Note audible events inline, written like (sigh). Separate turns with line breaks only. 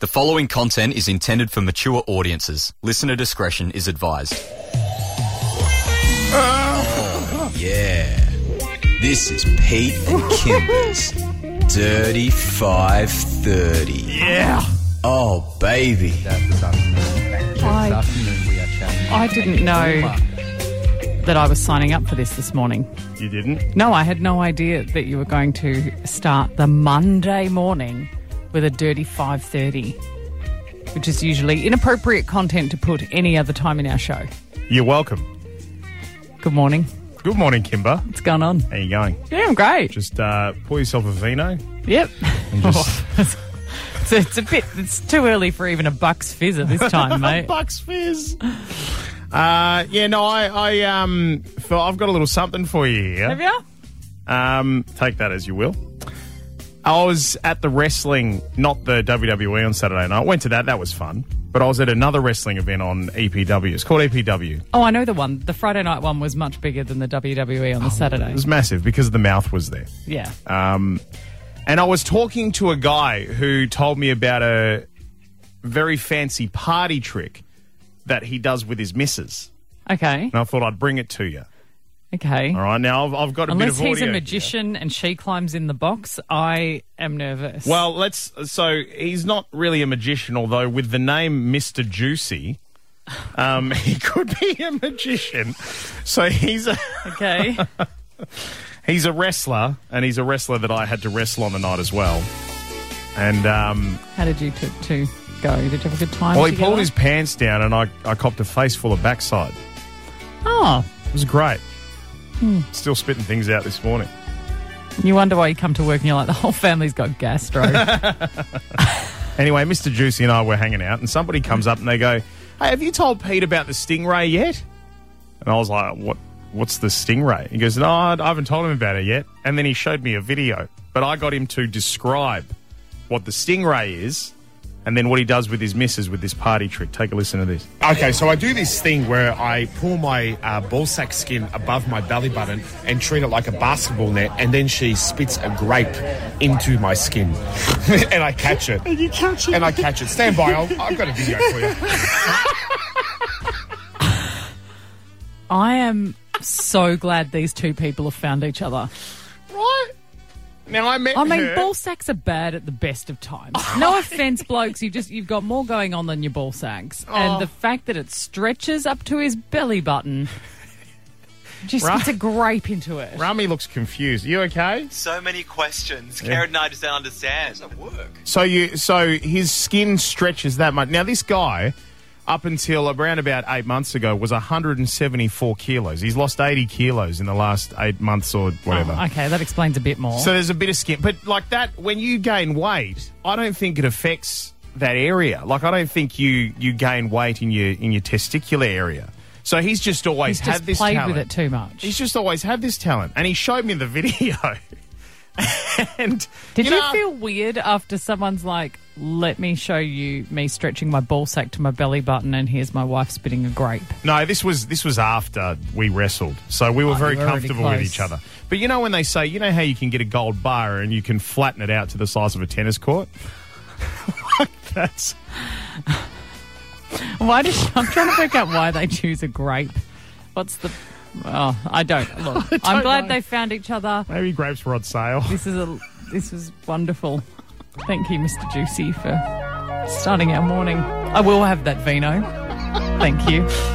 The following content is intended for mature audiences. Listener discretion is advised.
(laughs) Yeah. This is Pete and Kimber's Dirty 530. Yeah. Oh, baby.
I- I didn't know that I was signing up for this this morning.
You didn't?
No, I had no idea that you were going to start the Monday morning with a dirty 5:30, which is usually inappropriate content to put any other time in our show.
You're welcome.
Good morning.
Good morning, Kimber.
What's going on?
How you going?
Yeah, I'm great.
Just uh, pour yourself a vino.
Yep.
just-
(laughs) So it's a bit. It's too early for even a bucks fizz at this
(laughs)
(laughs) time, mate.
Bucks fizz. Uh, yeah, no, I, I, um, for, I've got a little something for you
Have
here.
you?
Um, take that as you will. I was at the wrestling, not the WWE on Saturday night. I went to that. That was fun. But I was at another wrestling event on EPW. It's called E EPW.
Oh, I know the one. The Friday night one was much bigger than the WWE on the Saturday.
Oh, It was massive because the mouth was there.
Yeah.
Um, and I was talking to a guy who told me about a very fancy party trick that he does with his missus.
Okay.
And I thought I'd bring it to you.
Okay.
All right, now I've, I've got a
Unless
bit of
he's a
audio.
magician and she climbs in the box, I am nervous.
well, let's. So he's not really a magician, although with the name Mister Juicy, um, (laughs) he could be a magician. So he's a (laughs)
okay.
he's a wrestler, and he's a wrestler that I had to wrestle on the night as well. And um,
How did you two, two go? Did you have a good time?
Well, he
together?
pulled his pants down, and I, I copped a face full of backside.
Oh,
It was great. Still spitting things out this morning.
you wonder why you come to work and you're like, the whole family's
(laughs)
got gastro.
Anyway, Mr. Juicy and I were hanging out, and somebody comes up and they go, "Hey, have you told Pete about the stingray yet?" And I was like, "What? What's the stingray?" He goes, "No, I I haven't told him about it yet." And then he showed me a video, but I got him to describe what the stingray is, and then what he does with his missus with this party trick. Take a listen to this.
Okay, so I do this thing where I pull my uh, ball sack skin above my belly button and treat it like a basketball net, and then she spits a grape into my skin, (laughs) and I catch it.
You can't
And I catch it. Stand by, I'll, I've got a video for you.
I am so glad these two people have found each other.
Right now, I met.
I mean,
her-
ball sacks are bad at the best of times.
Oh.
No offense, blokes. You just you've got more going on than your ball sacks,
Oh.
and the fact that it stretches up to his
(laughs)
belly button. Just
Right.
spits a grape into it.
Rami looks confused. You okay?
so many questions. Karen and I just don't understand.
So you so his skin stretches that much. Now this guy, up until around about eight months ago, was 174 kilos. He's lost 80 kilos in the last eight months or whatever.
Oh, okay, that explains a bit more.
So there's a bit of skin, but like that, when you gain weight, I don't think it affects that area. Like I don't think you you gain weight in your in your testicular area. So he's just always
He's
had
just
this
played
talent.
with it too much.
He's just always had this talent, and he showed me the (laughs) video. and
Did you,
know-
feel weird after someone's like, "Let me show you me stretching my ball sack to my belly button, and here's my wife spitting a grape"?
No, this was this was after we wrestled, so we were very
Oh, you were already
comfortable with
close.
each other. But you know when they say, you know how you can get a gold bar and you can flatten it out to the size of a tennis court. That's
Why does (laughs) she, I'm trying to work out why they choose a grape? What's the? Oh, I
(laughs)
don't look. I am glad
know.
they found each other.
maybe grapes were on sale.
This is a. This was wonderful. Thank you, Mr. Juicy, for starting our morning. I will have that vino. Thank you.